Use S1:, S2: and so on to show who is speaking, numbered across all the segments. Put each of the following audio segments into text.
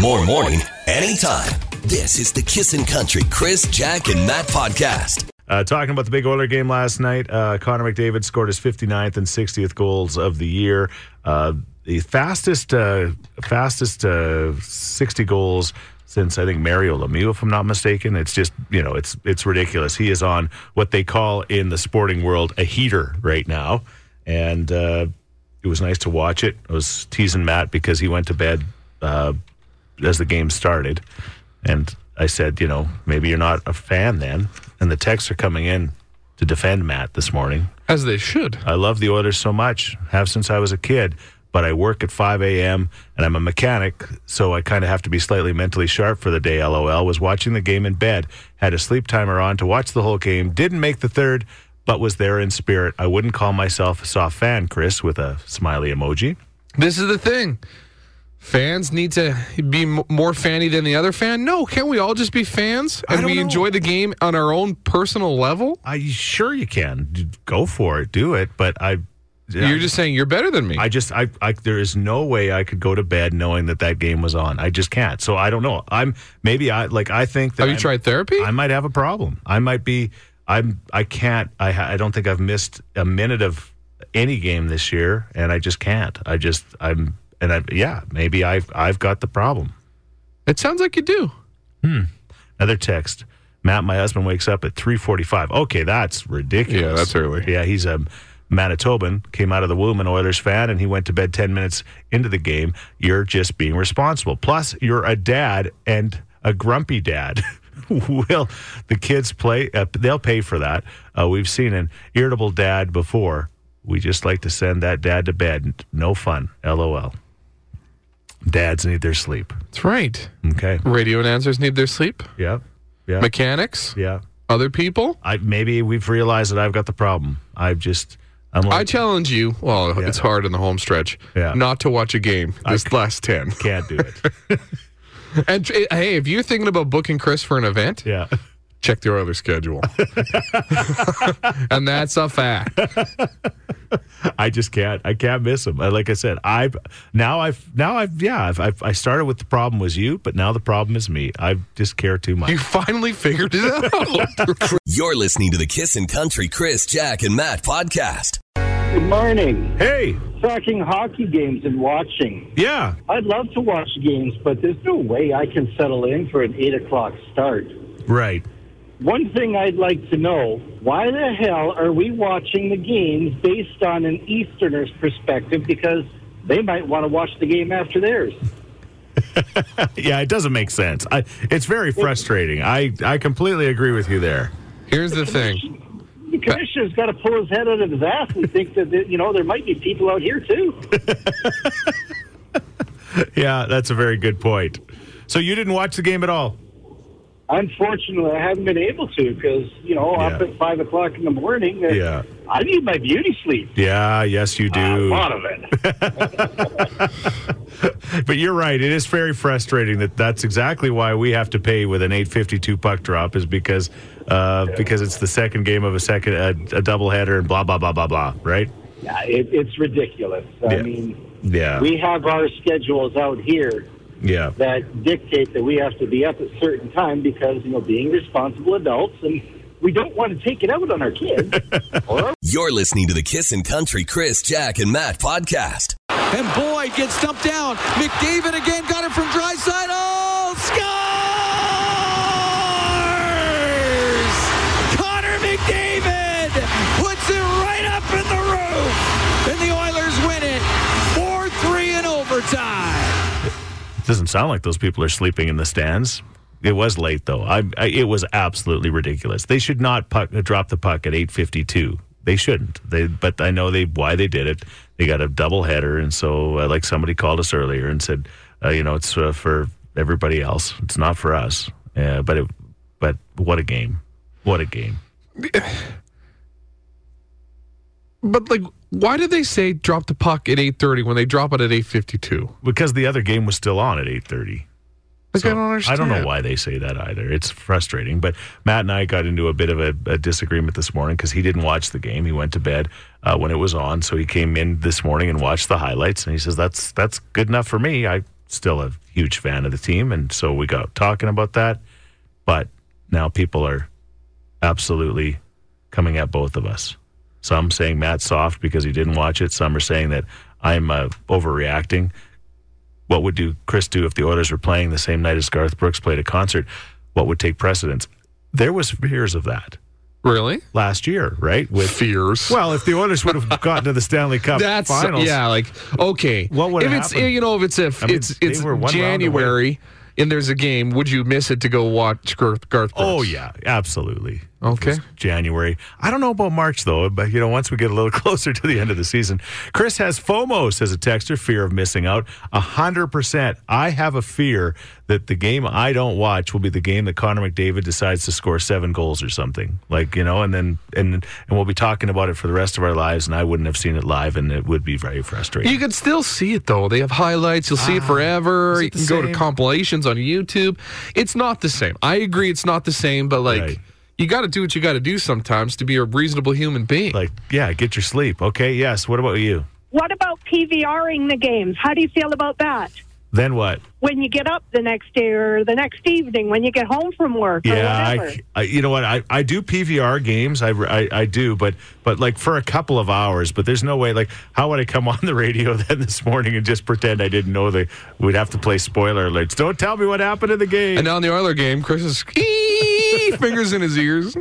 S1: More morning, anytime. This is the Kissin' Country Chris, Jack, and Matt podcast.
S2: Uh, talking about the big Oiler game last night, uh, Connor McDavid scored his 59th and 60th goals of the year. Uh, the fastest, uh, fastest uh, 60 goals since I think Mario Lemieux, if I'm not mistaken. It's just you know, it's it's ridiculous. He is on what they call in the sporting world a heater right now, and uh, it was nice to watch it. I was teasing Matt because he went to bed uh, as the game started, and I said, you know, maybe you're not a fan then. And the texts are coming in to defend Matt this morning.
S3: As they should.
S2: I love the Oilers so much, have since I was a kid. But I work at 5 a.m. and I'm a mechanic, so I kind of have to be slightly mentally sharp for the day. LOL. Was watching the game in bed, had a sleep timer on to watch the whole game, didn't make the third, but was there in spirit. I wouldn't call myself a soft fan, Chris, with a smiley emoji.
S3: This is the thing. Fans need to be m- more fanny than the other fan. No, can't we all just be fans
S2: I
S3: and
S2: don't
S3: we
S2: know.
S3: enjoy the game on our own personal level?
S2: I sure you can D- go for it, do it, but I.
S3: You're just saying you're better than me.
S2: I just, I, I, there is no way I could go to bed knowing that that game was on. I just can't. So I don't know. I'm maybe I like I think that
S3: Have you
S2: I'm-
S3: tried therapy?
S2: I might have a problem. I might be. I'm. I can't. I. ha- I don't think I've missed a minute of any game this year, and I just can't. I just. I'm. And I. Yeah. Maybe I've. I've got the problem.
S3: it sounds like you do.
S2: Another text. Matt, my husband wakes up at 3:45. Okay, that's ridiculous.
S3: Yeah, that's early.
S2: Yeah, he's a Manitoban, came out of the womb an Oilers fan, and he went to bed 10 minutes into the game. You're just being responsible. Plus, you're a dad and a grumpy dad. Will the kids play? Uh, they'll pay for that. Uh, we've seen an irritable dad before. We just like to send that dad to bed. No fun. LOL. Dads need their sleep.
S3: That's right.
S2: Okay.
S3: Radio announcers need their sleep.
S2: Yeah. Yeah.
S3: Mechanics,
S2: yeah.
S3: other people.
S2: I maybe we've realized that I've got the problem. I've just I'm
S3: I
S2: like
S3: challenge you. Well, it's hard in the home stretch
S2: Yeah.
S3: not to watch a game this last 10.
S2: can't do it.
S3: And tr- hey, if you're thinking about booking Chris for an event,
S2: Yeah.
S3: check the Oilers schedule. and that's a fact.
S2: I just can't. I can't miss him. Like I said, I've now I've now I've yeah, I've, I've I started with the problem was you, but now the problem is me. I just care too much.
S3: You finally figured it out.
S1: You're listening to the Kissin' Country Chris, Jack, and Matt podcast.
S4: Good morning.
S2: hey,
S4: Talking hockey games and watching.
S2: yeah.
S4: I'd love to watch games, but there's no way I can settle in for an 8 o'clock start.
S2: Right.
S4: One thing I'd like to know why the hell are we watching the games based on an Easterner's perspective? Because they might want to watch the game after theirs.
S2: Yeah, it doesn't make sense. I it's very frustrating. I I completely agree with you there.
S3: Here's the thing.
S4: The commissioner's got to pull his head out of his ass and think that, that, you know, there might be people out here, too.
S2: Yeah, that's a very good point. So you didn't watch the game at all?
S4: Unfortunately, I haven't been able to because, you know, up
S2: Yeah.
S4: at 5 o'clock in the morning, uh,
S2: Yeah.
S4: I need my beauty sleep.
S2: Yeah, yes you
S4: A
S2: do.
S4: lot of it.
S2: But you're right. It is very frustrating that that's exactly why we have to pay with an 852 puck drop is because uh, because it's the second game of a second a, a doubleheader and blah blah blah blah blah. Right?
S4: Yeah, it, it's ridiculous. I
S2: Yeah.
S4: mean,
S2: Yeah.
S4: we have our schedules out here
S2: yeah.
S4: that dictate that we have to be up at certain time because you know being responsible adults and we don't want to take it out on our kids. or
S1: You're listening to the Kissin' Country Chris, Jack, and Matt podcast.
S5: And Boyd gets stumped down. McDavid again got it from Dryside. Oh, scores! Connor McDavid puts it right up in the roof. And the Oilers win it 4 3 in overtime.
S2: It doesn't sound like those people are sleeping in the stands. It was late though. I, I it was absolutely ridiculous. They should not puck, drop the puck at 852. They shouldn't. They but I know they why they did it. They got a doubleheader and so uh, like somebody called us earlier and said, uh, you know, it's uh, for everybody else. It's not for us. Uh, but it but what a game. What a game.
S3: But like, why did they say drop the puck at 8:30 when they drop it at 8:52?
S2: Because the other game was still on at 830.
S3: Like, I
S2: So,
S3: don't understand.
S2: know why they say that either. It's frustrating. But Matt and I got into a bit of a, a disagreement this morning because he didn't watch the game. He went to bed uh, when it was on, so he came in this morning and watched the highlights. And he says, "That's that's good enough for me. I still a huge fan of the team, and so we got talking about that. But now people are absolutely coming at both of us. Some saying Matt's soft because he didn't watch it. Some are saying that I'm uh, overreacting. What would do Chris do if the Oilers were playing the same night as Garth Brooks played a concert? What would take precedence? There was fears of that
S3: Really?
S2: last year, right? With
S3: Fears.
S2: well, if the Oilers would have gotten to the Stanley Cup
S3: That's
S2: finals,
S3: yeah. Like okay,
S2: What would
S3: if
S2: have
S3: it's
S2: happened?
S3: you know if it's if
S2: I mean,
S3: it's
S2: they
S3: it's
S2: were one round
S3: January and there's a game, would you miss it to go watch Garth? Garth Brooks?
S2: Oh yeah, absolutely.
S3: Okay.
S2: It was January. I don't know about March though, but you know, once we get a little closer to the end of the season, Chris has FOMO says a texter, fear of missing out. A hundred percent. I have a fear that the game I don't watch will be the game that Connor McDavid decides to score seven goals or something. Like you know, and then and and we'll be talking about it for the rest of our lives, and I wouldn't have seen it live, and it would be very frustrating.
S3: You can still see it though. They have highlights. You'll see it forever. you
S2: Ah, the
S3: can go to
S2: same?
S3: compilations on YouTube. It's not the same. I agree. It's not the same. But like,
S2: Right.
S3: you got to do what you got to do sometimes to be a reasonable human being.
S2: like yeah, get your sleep. Okay, yes. What about you?
S6: What about PVRing the games? How do you feel about that?
S2: Then what?
S6: When you get up the next day or the next evening, when you get home from work
S2: Yeah,
S6: or whatever.
S2: I, I, you know what? I, I do PVR games. I, I, I do, but but like for a couple of hours. But there's no way. Like, how would I come on the radio then this morning and just pretend I didn't know that we'd have to play spoiler alerts? Don't tell me what happened in the game.
S3: and now in the Oiler game, Chris is fingers in his ears.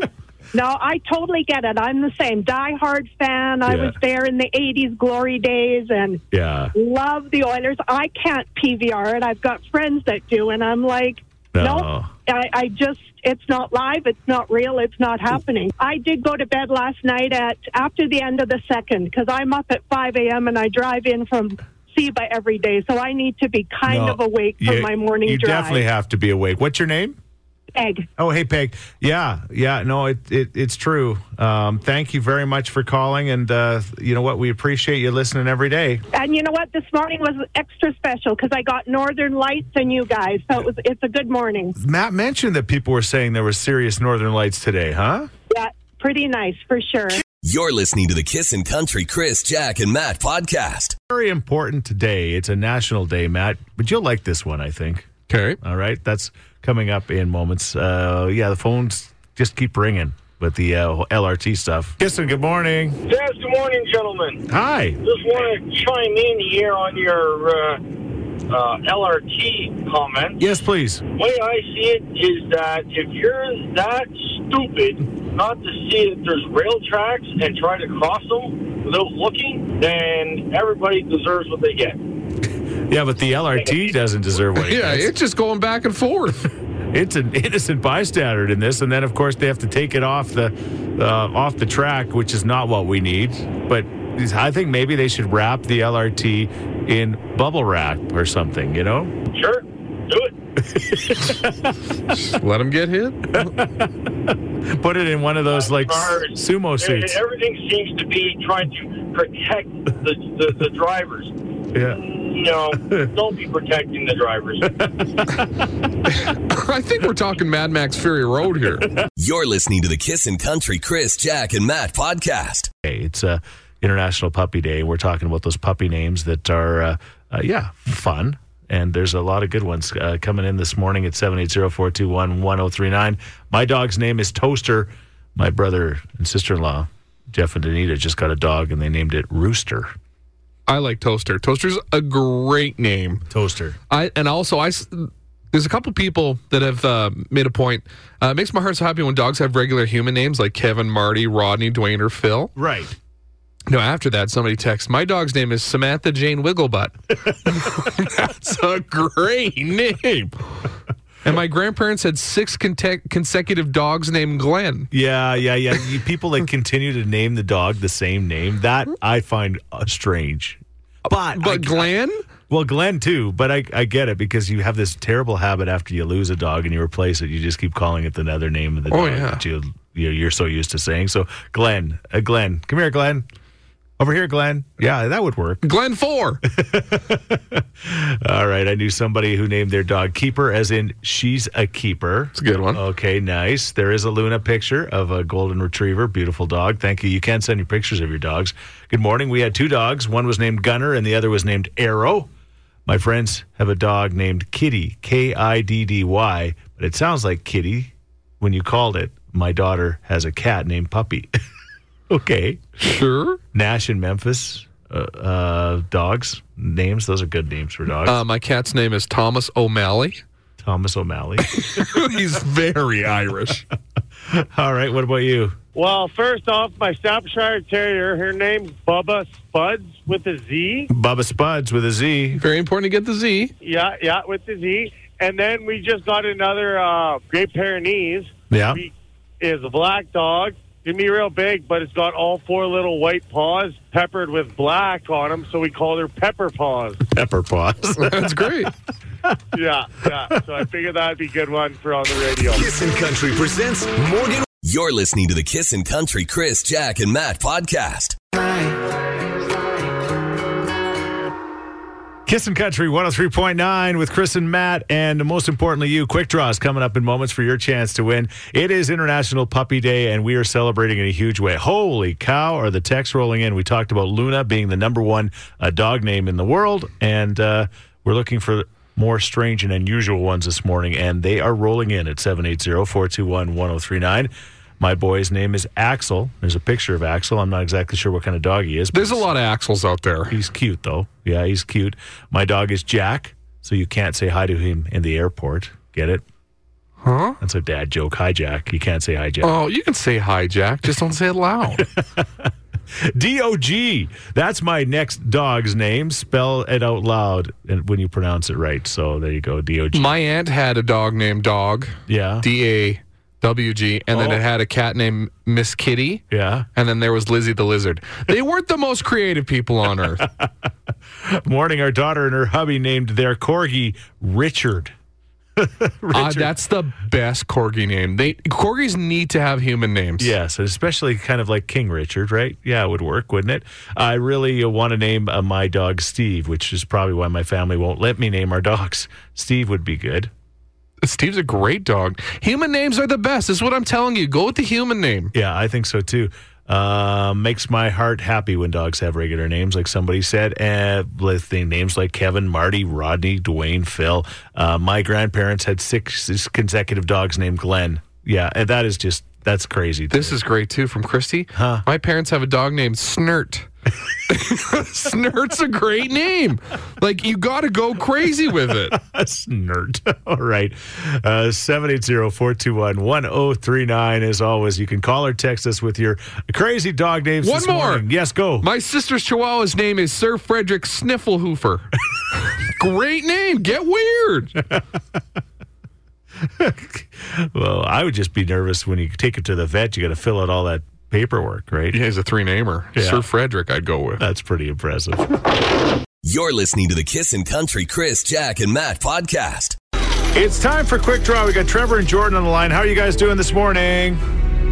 S6: No, I totally get it. I'm the same diehard fan. I
S2: Yeah.
S6: was there in the 80s glory days and
S2: Yeah,
S6: love the Oilers. I can't PVR it. I've got friends that do, and I'm like,
S2: No.
S6: no, I, I just, it's not live. It's not real. It's not happening. I did go to bed last night at after the end of the second because I'm up at 5 a.m. and I drive in from Seba every day, so I need to be kind
S2: No,
S6: of awake for
S2: you-
S6: my morning
S2: You
S6: drive.
S2: definitely have to be awake. What's your name?
S6: Egg.
S2: Oh, hey, Peg. Yeah, yeah. No, it, it it's true. Um, thank you very much for calling, and uh, you know what? We appreciate you listening every day.
S6: And you know what? This morning was extra special because I got Northern Lights and you guys, so it was, it's a good morning.
S2: Matt mentioned that people were saying there were serious Northern Lights today, huh?
S6: Yeah, pretty nice for sure.
S1: You're listening to the Kissin' Country Chris, Jack, and Matt podcast.
S2: very important today. It's a national day, Matt, but you'll like this one, I think.
S3: Okay.
S2: All right, that's coming up in moments. Uh, yeah, the phones just keep ringing with the uh, LRT stuff. Kirsten, good morning.
S7: Yes, good morning, gentlemen.
S2: Hi.
S7: Just want to chime in here on your uh, uh, LRT comment.
S2: Yes, please.
S7: The way I see it is that if you're that stupid not to see that there's rail tracks and try to cross them without looking, then everybody deserves what they get.
S2: Yeah, but the LRT doesn't deserve what it
S3: Yeah,
S2: gets.
S3: it's just going back and forth.
S2: it's an innocent bystander in this, and then of course they have to take it off the uh, off the track, which is not what we need. But I think maybe they should wrap the LRT in bubble wrap or something. You know.
S7: Sure, do it.
S3: Let him get hit.
S2: Put it in one of those like
S7: Cars,
S2: sumo
S7: e-
S2: suits.
S7: Everything seems to be trying to protect the, the, the drivers.
S2: Yeah.
S7: No, don't be protecting the drivers.
S3: I think we're talking Mad Max Fury Road here.
S1: You're listening to the Kissin' Country Chris, Jack, and Matt podcast.
S2: Hey, it's uh, International Puppy Day. We're talking about those puppy names that are, uh, uh, yeah, fun. And there's a lot of good ones uh, coming in this morning at 780-421-1039. My dog's name is Toaster. My brother and sister-in-law, Jeff and Anita, just got a dog and they named it Rooster.
S3: I like Toaster. Toaster's a great name.
S2: Toaster.
S3: I and also I s- there's a couple people that have uh, made a point. Uh, it makes my heart so happy when dogs have regular human names like Kevin, Marty, Rodney, Dwayne, or Phil.
S2: Right.
S3: No, after that, somebody texts, "My dog's name is Samantha Jane Wigglebutt." That's a great name. And my grandparents had six conte- consecutive dogs named Glenn.
S2: Yeah, yeah, yeah. You, people that continue to name the dog the same name, that I find uh, strange. But,
S3: But
S2: I-
S3: Glenn,
S2: Well, Glenn too, but I, I get it because you have this terrible habit after you lose a dog and you replace it, you just keep calling it the other name of the
S3: Oh,
S2: dog
S3: yeah.
S2: that you you're, you're so used to saying. So, Glenn, uh, Glenn, come here, Glenn, over here, Glenn. Yeah, that would work.
S3: Glenn Four.
S2: All right, I knew somebody who named their dog Keeper, as in she's a keeper.
S3: It's a good one.
S2: Okay, nice. There is a Luna picture of a golden retriever, beautiful dog. Thank you. You can send your pictures of your dogs. Good morning. We had two dogs. One was named Gunner, and the other was named Arrow. My friends have a dog named Kitty, K I D D Y, but it sounds like Kitty when you called it. My daughter has a cat named Puppy. okay.
S3: Sure.
S2: Nash and Memphis uh, uh, dogs names. Those are good names for dogs.
S3: Uh, my cat's name is Thomas O'Malley.
S2: Thomas O'Malley.
S3: He's very Irish.
S2: All right. What about you?
S8: Well, first off, my Staffordshire Terrier, her name's Bubba Spuds with a Z.
S2: Bubba Spuds with a Z.
S3: Very important to get the Z.
S8: Yeah, yeah, with the Z. And then we just got another uh, Great Pyrenees.
S2: Yeah.
S8: He is a black dog. Can be real big, but it's got all four little white paws peppered with black on them, so we called her Pepper Paws.
S2: Pepper paws.
S3: That's great.
S8: yeah, yeah. So I figured that'd be a good one for on the radio.
S1: Kissin' Country presents Morgan. You're listening to the Kissin' Country Chris, Jack, and Matt podcast.
S2: Kissin' Country 103.9 with Chris and Matt, and most importantly, you. Quick draws coming up in moments for your chance to win. It is International Puppy Day, and we are celebrating in a huge way. Holy cow, are the texts rolling in? We talked about Luna being the number one uh, dog name in the world, and uh, we're looking for more strange and unusual ones this morning, and they are rolling in at 780 421 1039. My boy's name is Axel. There's a picture of Axel. I'm not exactly sure what kind of dog he is. but
S3: There's a lot of Axels out there.
S2: He's cute though. Yeah, he's cute. My dog is Jack, so you can't say hi to him in the airport. Get it?
S3: Huh?
S2: That's a dad joke. Hi, Jack. You can't say hi, Jack.
S3: Oh, you can say hi, Jack. Just don't say it loud.
S2: Dog. That's my next dog's name. Spell it out loud and when you pronounce it right. So there you go. Dog.
S3: my aunt had a dog named Dog,
S2: yeah.
S3: D A W G, and then
S2: Oh.
S3: it had a cat named Miss Kitty,
S2: yeah.
S3: and then there was Lizzie the Lizard. They weren't the most creative people on earth. Uh,
S2: Morning. Our daughter and her hubby named their corgi Richard.
S3: Uh, that's the best corgi name. They corgis need to have human names.
S2: Yes, and especially kind of like King Richard, right? Yeah, it would work, wouldn't it? I really uh, want to name uh, my dog Steve, which is probably why my family won't let me name our dogs. Steve would be good.
S3: Steve's a great dog. Human names are the best. This is what I'm telling you. Go with the human name.
S2: Yeah, I think so too. Uh, makes my heart happy when dogs have regular names, like somebody said. Uh, with the names like Kevin, Marty, Rodney, Dwayne, Phil. Uh, my grandparents had six consecutive dogs named Glenn. Yeah, and that is just that's crazy.
S3: This is great too from Christy.
S2: Huh.
S3: My parents have a dog named Snert. Snert's a great name. Like you got to go crazy with it.
S2: snert. All right. Uh, 780 421 1039. As always, you can call or text us with your crazy dog names.
S3: One
S2: this
S3: more.
S2: morning. Yes, go.
S3: My sister's chihuahua's name is Sir Frederick Snifflehoofer. great name. Get weird.
S2: well, I would just be nervous when you take it to the vet. You got to fill out all that paperwork, right?
S3: Yeah, he's a three namer. Sir Frederick, I'd go with.
S2: That's pretty impressive.
S1: You're listening to the Kissin' Country Chris, Jack, and Matt podcast.
S2: it's time for Quick Draw. We got Trevor and Jordan on the line. How are you guys doing this morning?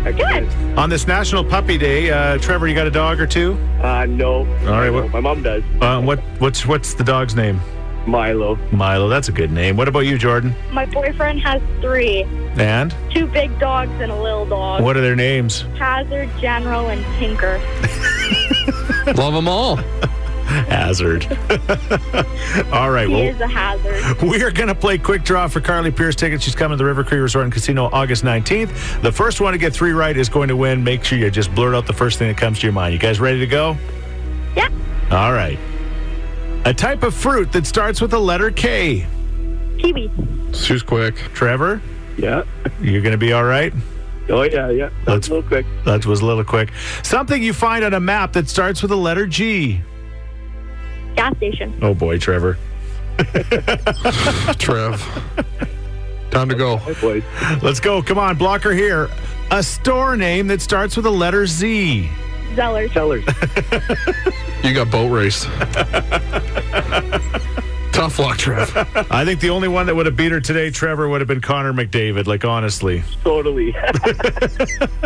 S6: Good.
S2: On this National Puppy Day, uh, Trevor, you got a dog or two?
S8: Uh, no.
S2: All right,
S8: No,
S2: what-
S8: my mom does.
S2: Uh, what, what's, what's the dog's name?
S8: Milo.
S2: Milo. That's a good name. What about you, Jordan?
S6: My boyfriend has three
S2: And
S6: two big dogs and a little dog
S2: what are their names?
S6: Hazard, General, and Tinker.
S3: Love them all.
S2: Hazard. All right.
S6: He
S2: Well,
S6: is a hazard.
S2: we are going to play quick draw for Carly Pierce tickets. She's coming to the River Creek Resort and Casino August 19th. The first one to get three right is going to win. Make sure you just blurt out the first thing that comes to your mind. You guys ready to go?
S6: Yeah.
S2: All right. A type of fruit that starts with the letter K.
S6: Kiwi.
S3: She's quick.
S2: Trevor,
S8: Yeah.
S2: you're going to be all right.
S8: Oh, yeah, yeah.
S2: Let's-
S8: That's real quick.
S2: That was a little quick. Something you find on a map that starts with the letter G.
S6: Gas station.
S2: Oh boy, Trevor.
S3: Trev. Time to go.
S8: Hey, boys.
S2: Let's go. Come on, blocker here. A store name that starts with the letter Z.
S6: Zellers.
S8: Tellers.
S3: You got boat race. Tough luck, Trev.
S2: I think the only one that would have beat her today, Trevor, would have been Connor McDavid. Like, honestly.
S8: totally.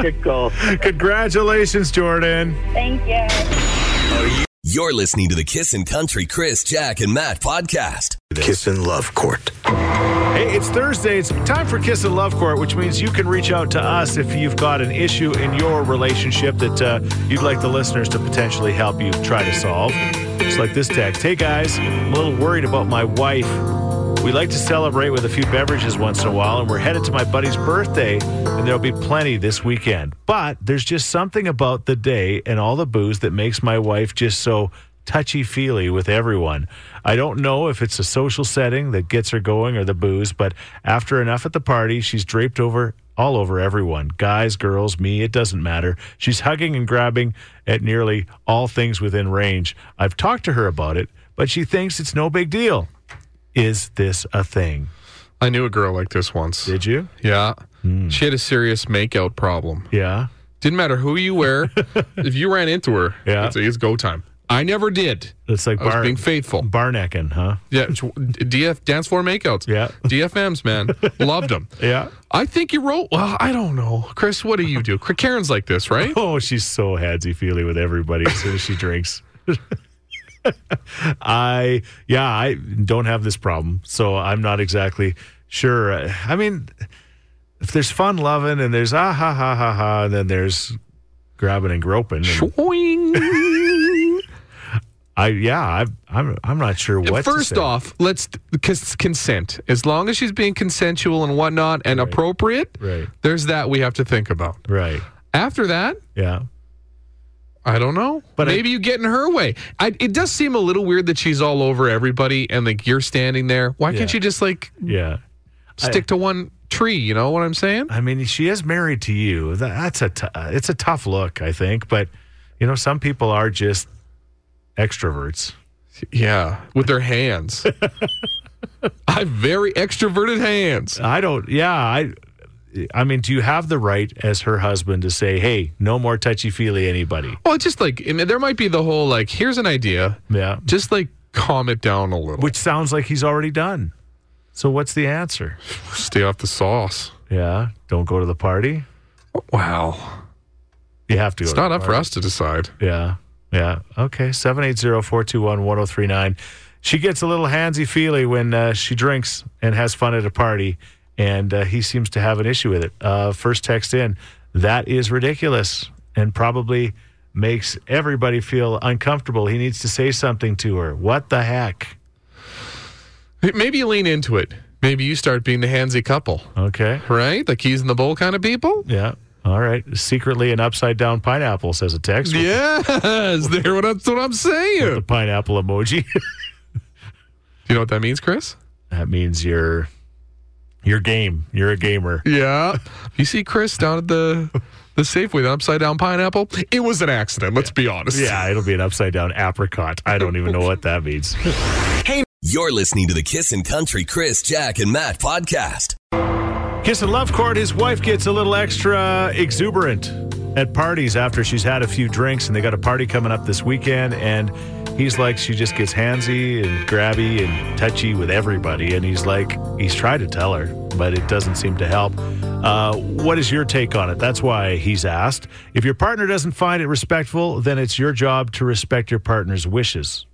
S8: Good call.
S2: Congratulations, Jordan.
S6: Thank you.
S1: You're listening to the Kissin' Country Chris, Jack, and Matt podcast.
S9: Kissin' Love Court.
S2: Hey, it's Thursday. It's time for Kiss and Love Court, which means you can reach out to us if you've got an issue in your relationship that uh, you'd like the listeners to potentially help you try to solve. Just like this text. Hey guys, I'm a little worried about my wife. We like to celebrate with a few beverages once in a while, and we're headed to my buddy's birthday, and there'll be plenty this weekend. But there's just something about the day and all the booze that makes my wife just so touchy feely with everyone. I don't know if it's a social setting that gets her going or the booze, but after enough at the party, she's draped over all over everyone guys, girls, me, it doesn't matter. She's hugging and grabbing at nearly all things within range. I've talked to her about it, but she thinks it's no big deal. Is this a thing?
S3: I knew a girl like this once.
S2: Did you?
S3: Yeah.
S2: Hmm.
S3: She had a serious makeout problem.
S2: Yeah.
S3: Didn't matter who you were, if you ran into her,
S2: Yeah.
S3: I'd say it's go time. I never did.
S2: It's like
S3: I was
S2: bar,
S3: being faithful.
S2: barnecking, huh?
S3: Yeah, it's- DF dance floor makeouts.
S2: Yeah.
S3: DFMs, man, loved them.
S2: Yeah.
S3: I think you wrote. Well, I don't know, Chris. What do you do? Karen's like this, right?
S2: Oh, she's so handsy feely with everybody as soon as she drinks. I yeah, I don't have this problem, so I'm not exactly sure. I mean, if there's fun loving and there's ah ha ha ha ha, and then there's grabbing and groping. and
S3: Shwing.
S2: I yeah, I, I'm I'm not sure what. to
S3: First
S2: say.
S3: off, let's cons- consent. As long as she's being consensual and whatnot and appropriate,
S2: Right.
S3: there's that we have to think about.
S2: right?
S3: After that,
S2: Yeah,
S3: I don't know.
S2: But
S3: But
S2: I-
S3: maybe you get in her way. I, it does seem a little weird that she's all over everybody and like you're standing there. Why can't
S2: Yeah.
S3: you just like
S2: yeah.
S3: stick to one tree? You know what I'm saying?
S2: I mean, she is married to you. That, that's a t- uh, it's a tough look, I think. But you know, some people are just extroverts.
S3: Yeah, with their hands. I have very extroverted hands.
S2: I don't. Yeah, I. I mean, do you have the right as her husband to say, "Hey, no more touchy feely anybody"?
S3: Well, it's just like and there might be the whole like here's an idea,
S2: Yeah,
S3: just like calm it down a little.
S2: which sounds like he's already done. So what's the answer?
S3: Stay off the sauce.
S2: Yeah, don't go to the party.
S3: Wow,
S2: You have to. Go
S3: it's
S2: to
S3: not
S2: the
S3: up for
S2: party.
S3: us to decide.
S2: Yeah, yeah. Okay, seven eight zero four two one one zero three nine. She gets a little handsy feely when uh, she drinks and has fun at a party, and uh, he seems to have an issue with it. Uh, first text in, that is ridiculous, and probably makes everybody feel uncomfortable. He needs to say something to her. What the heck?
S3: Maybe you lean into it. Maybe you start being the handsy couple,
S2: Okay.
S3: right? The keys in the bowl kind of people.
S2: Yeah. All right. Secretly an upside down pineapple says a text. with
S3: Yes, there. What, that's what I'm
S2: The
S3: saying.
S2: pineapple emoji.
S3: You know what that means, Chris?
S2: that means you're you're game. You're a gamer.
S3: Yeah. You see Chris down at the the Safeway, with an upside down pineapple. It was an accident. Let's be honest.
S2: Yeah, it'll be an upside down apricot. I don't even know what that means.
S1: You're listening to the Kissin' Country Chris, Jack, and Matt podcast.
S2: Kiss and Love Court, his wife gets a little extra exuberant at parties after she's had a few drinks, and they got a party coming up this weekend. And he's like, she just gets handsy and grabby and touchy with everybody. And he's like, he's tried to tell her, but it doesn't seem to help. Uh, what is your take on it? That's why he's asked. If your partner doesn't find it respectful, then it's your job to respect your partner's wishes.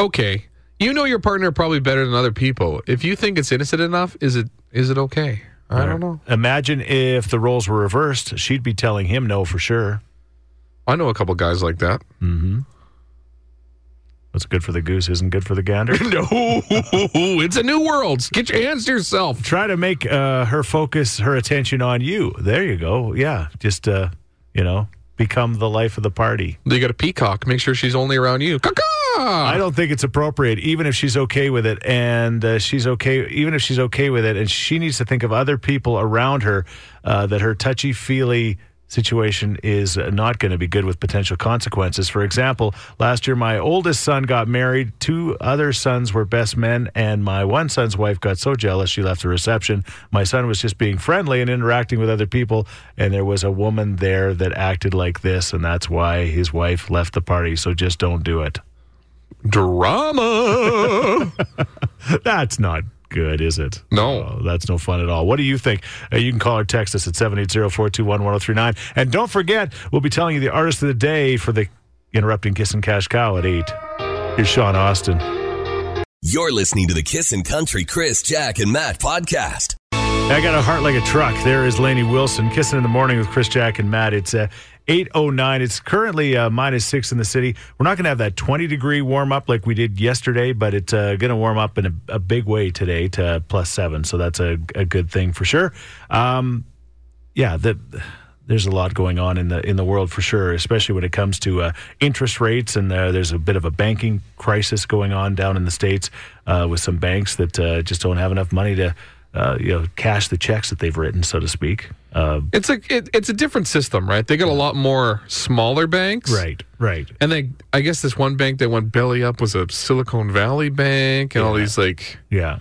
S3: Okay. You know your partner probably better than other people. If you think it's innocent enough, is it is it okay? I don't know.
S2: Imagine if the roles were reversed. She'd be telling him no for sure.
S3: I know a couple guys like that.
S2: What's good for the goose isn't good for the gander.
S3: No, it's a new world. Get your hands to yourself.
S2: Try to make uh, her focus her attention on you. There you go. Yeah. Just, uh, you know, become the life of the party.
S3: You got a peacock. Make sure she's only around you. Caw-caw!
S2: I don't think it's appropriate, even if she's okay with it. And uh, she's okay, even if she's okay with it, and she needs to think of other people around her uh, that her touchy feely situation is uh, not going to be good with potential consequences. For example, last year my oldest son got married, two other sons were best men, and my one son's wife got so jealous she left the reception. My son was just being friendly and interacting with other people, and there was a woman there that acted like this, and that's why his wife left the party. So just don't do it.
S3: Drama.
S2: That's not good, is it?
S3: No.
S2: Oh, that's no fun at all. What do you think? Uh, you can call or text us at 780-421-1039. And don't forget, we'll be telling you the artist of the day for the interrupting Kiss and Cash Cow at 8. Here's Sean Austin.
S1: You're listening to the Kissin' Country Chris, Jack, and Matt podcast.
S2: I got a heart like a truck. There is Laney Wilson. Kissing in the morning with Chris Jack and Matt. It's uh, 809. It's currently uh, minus six in the city. We're not going to have that 20 degree warm up like we did yesterday, but it's uh, going to warm up in a, a big way today to plus seven. So that's a, a good thing for sure. Um, yeah, the, there's a lot going on in the in the world for sure, especially when it comes to uh, interest rates. And uh, there's a bit of a banking crisis going on down in the states uh, with some banks that uh, just don't have enough money to uh, you know cash the checks that they've written, so to speak. Uh,
S3: It's a it, it's a different system, right? They got a lot more smaller banks,
S2: right, right.
S3: And they, I guess, this one bank that went belly up was a Silicon Valley bank, and all these like
S2: Yeah.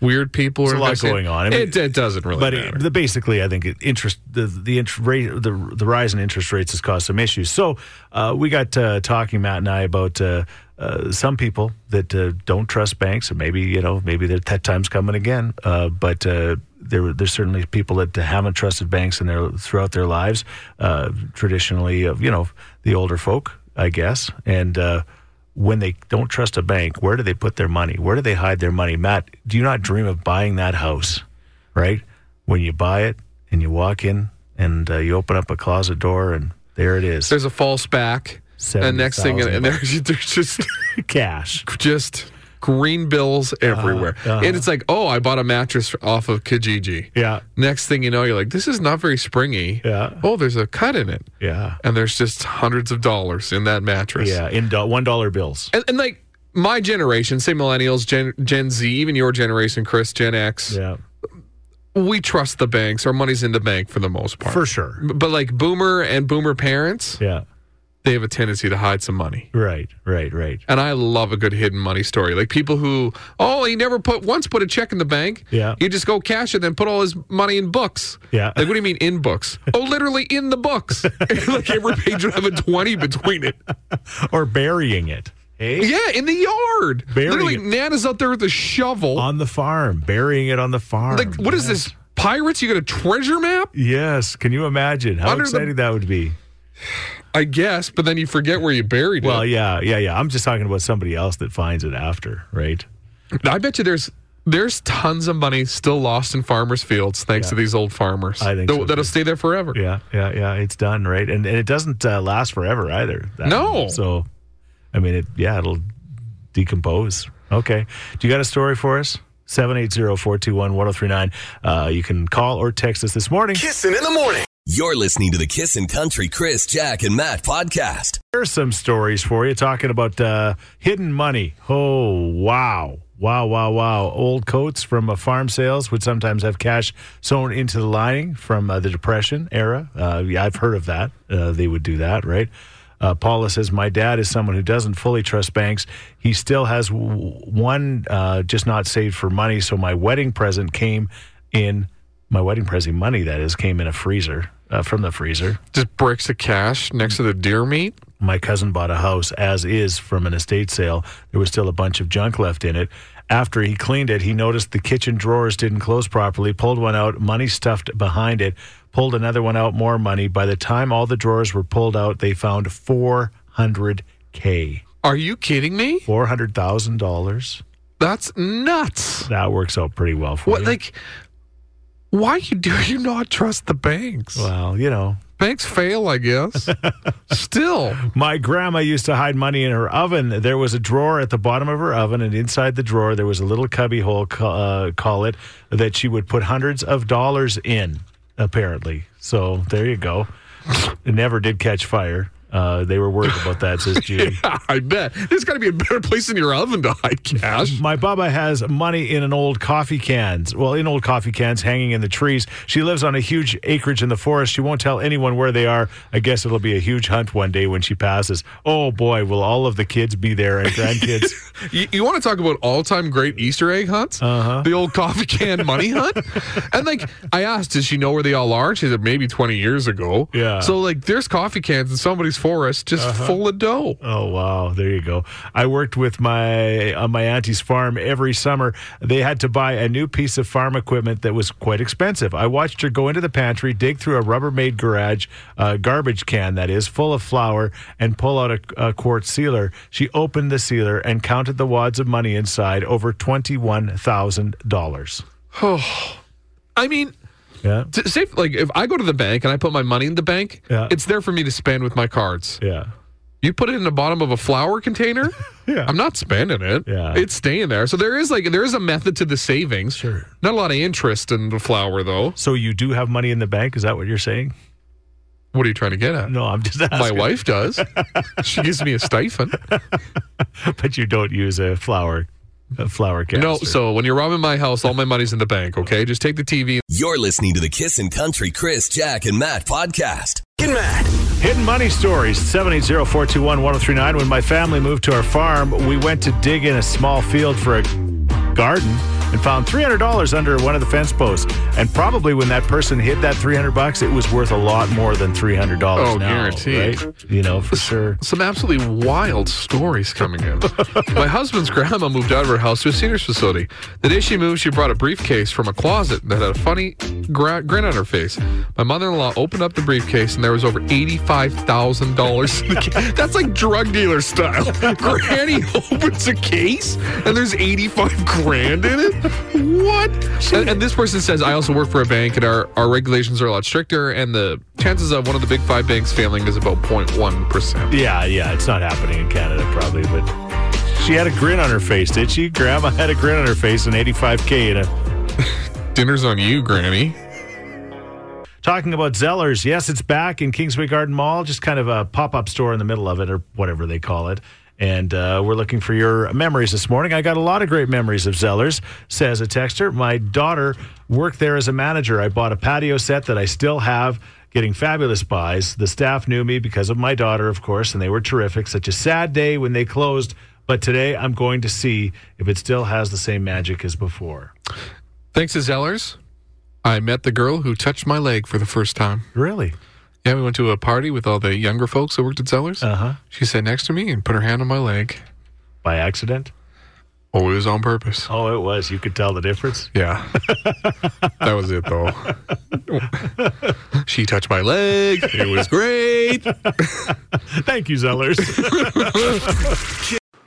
S3: weird people.
S2: There's
S3: were
S2: a lot
S3: investing.
S2: going on. I mean-
S3: it, it doesn't really
S2: but
S3: matter.
S2: it, the, basically, I think it- interest the the interest rate the the rise in interest rates has caused some issues. So uh, we got uh, talking Matt and I about. Uh, uh, some people that uh, don't trust banks, and maybe you know, maybe that that time's coming again. Uh, but uh, there, there's certainly people that haven't trusted banks in their throughout their lives. Uh, traditionally, of you know, the older folk, I guess, and uh, when they don't trust a bank, where do they put their money? Where do they hide their money? Matt, do you not dream of buying that house, right? When you buy it and you walk in and uh, you open up a closet door and there it is,
S3: there's a false back, and next thing, and, and there's, there's just
S2: cash.
S3: just green bills everywhere,
S2: uh-huh.
S3: and it's like, oh, I bought a mattress off of Kijiji.
S2: Yeah,
S3: Next thing you know, you're like, this is not very springy.
S2: Yeah.
S3: Oh, there's a cut in it,
S2: yeah,
S3: and there's just hundreds of dollars in that mattress.
S2: yeah. In do- one dollar bills.
S3: and, and like my generation, say millennials, Gen Gen Z, even your generation, Chris, Gen X,
S2: Yeah,
S3: we trust the banks. Our money's in the bank for the most part.
S2: for sure.
S3: But like boomer and boomer parents,
S2: Yeah,
S3: they have a tendency to hide some money.
S2: right, right, right.
S3: And I love a good hidden money story. Like people who, oh, he never put once put a check in the bank.
S2: Yeah.
S3: You just go cash it, then put all his money in books.
S2: Yeah.
S3: Like, what do you mean in books? oh, literally in the books. like every page would have a 20 between it.
S2: Or burying it. Hey,
S3: Yeah, in the yard.
S2: Burying
S3: literally,
S2: it.
S3: Nana's out there with a shovel.
S2: on the farm, burying it on the farm.
S3: Like, what is this? Pirates? You got a treasure map?
S2: Yes, can you imagine how
S3: Under the-
S2: exciting that would be?
S3: I guess, but then you forget where you buried
S2: Well,
S3: it.
S2: yeah, yeah, yeah. I'm just talking about somebody else that finds it after, right?
S3: I bet you there's there's tons of money still lost in farmers' fields thanks to these old farmers.
S2: I think
S3: Th-
S2: so,
S3: that'll
S2: too.
S3: stay there forever.
S2: Yeah, yeah, yeah. It's done, right? And and it doesn't uh, last forever either. that
S3: No.
S2: one. So, I mean, it yeah, it'll decompose. Okay. Do you got a story for us? 780-421-1039. Uh, you can call or text us this morning.
S1: Kissin' in the morning. You're listening to the Kissin' Country Chris, Jack, and Matt podcast.
S2: Here's some stories for you talking about uh, hidden money. Oh, wow. Wow, wow, wow. Old coats from uh, farm sales would sometimes have cash sewn into the lining from uh, the Depression era. Uh, yeah, I've heard of that. Uh, they would do that, right? Uh, Paula says, My dad is someone who doesn't fully trust banks. He still has w- one uh, just not saved for money. So my wedding present came in, my wedding present money, that is, came in a freezer, uh, from the freezer
S3: Just bricks of cash next to the deer meat.
S2: my cousin bought a house as is from an estate sale. There was still a bunch of junk left in it. After he cleaned it, he noticed the kitchen drawers didn't close properly, pulled one out, money stuffed behind it, pulled another one out, more money. By the time all the drawers were pulled out, they found 400K.
S3: Are you kidding me?
S2: $400,000.
S3: That's nuts.
S2: That works out pretty well for
S3: What
S2: you.
S3: like? Why you do you not trust the banks?
S2: well, you know,
S3: Banks fail, I guess. Still,
S2: My grandma used to hide money in her oven. There was a drawer at the bottom of her oven, and inside the drawer there was a little cubby hole, ca- uh, call it, that she would put hundreds of dollars in. Apparently, so there you go. It never did catch fire. Uh, they were worried about that, says Judy.
S3: I bet there's got to be a better place in your oven to hide cash.
S2: My Baba has money in an old coffee cans. Well, in old coffee cans hanging in the trees. She lives on a huge acreage in the forest. She won't tell anyone where they are. I guess it'll be a huge hunt one day when she passes. Oh boy, will all of the kids be there and grandkids.
S3: You, you want to talk about all-time great Easter egg hunts? Uh-huh. The old coffee can money hunt. and like I asked, does she know where they all are? She said maybe 20 years ago.
S2: Yeah. Uh-huh.
S3: So like there's coffee cans in somebody's forest just full of dough.
S2: Oh wow, there you go. I worked with my on my auntie's farm every summer. They had to buy a new piece of farm equipment that was quite expensive. I watched her go into the pantry, dig through a Rubbermaid garage uh, garbage can that is full of flour, and pull out a, a quartz sealer. She opened the sealer and counted the wads of money inside, over twenty one thousand dollars.
S3: I mean,
S2: Yeah.
S3: T- Safe, like if I go to the bank and I put my money in the bank,
S2: Yeah.
S3: it's there for me to spend with my cards.
S2: Yeah.
S3: You put it in the bottom of a flour container.
S2: Yeah.
S3: I'm not spending it.
S2: Yeah.
S3: It's staying there. So there is like there is a method to the savings.
S2: Sure.
S3: Not a lot of interest in the flour though.
S2: So you do have money in the bank? Is that what you're saying?
S3: What are you trying to get at?
S2: No, I'm just asking.
S3: My wife does. she gives me a stipend.
S2: But you don't use a flower, a flower canister.
S3: No, so when you're robbing my house, all my money's in the bank, okay? Just take the TV.
S1: You're listening to the Kissin' Country Chris, Jack, and Matt podcast.
S2: Hidden money stories, 780-421-1039. When my family moved to our farm, we went to dig in a small field for a garden and found $300 under one of the fence posts. And probably when that person hid that 300 bucks, it was worth a lot more than $300
S3: Oh,
S2: now,
S3: guaranteed.
S2: right? You know, for sure.
S3: Some absolutely wild stories coming in. my husband's grandma moved out of her house to a seniors facility. The day she moved, she brought a briefcase from a closet that had a funny gra- grin on her face. My mother-in-law opened up the briefcase, and there was over eighty-five thousand dollars. That's like drug dealer style. Granny opens a case, and there's eighty-five grand in it. What? And, and this person says, "I also work for a bank, and our our regulations are a lot stricter, and the chances of one of the big five banks failing is about 0.1 percent."
S2: Yeah, yeah, it's not happening in Canada probably, but she had a grin on her face, did she? Grandma had a grin on her face and 85K in a
S3: Dinner's on you, Granny.
S2: Talking about Zellers, yes, it's back in Kingsway Garden Mall, just kind of a pop up store in the middle of it, or whatever they call it. And uh, we're looking for your memories this morning. I got a lot of great memories of Zellers, says a texter. My daughter worked there as a manager. I bought a patio set that I still have, getting fabulous buys. The staff knew me because of my daughter, of course, and they were terrific. Such a sad day when they closed, but today I'm going to see if it still has the same magic as before.
S3: Thanks to Zellers, I met the girl who touched my leg for the first time.
S2: Really?
S3: Yeah, we went to a party with all the younger folks that worked at Zellers.
S2: Uh huh.
S3: She sat next to me and put her hand on my leg.
S2: By accident?
S3: Oh, it was on purpose.
S2: Oh, it was. You could tell the difference.
S3: Yeah. that was it, though. she touched my leg. It was great.
S2: Thank you, Zellers.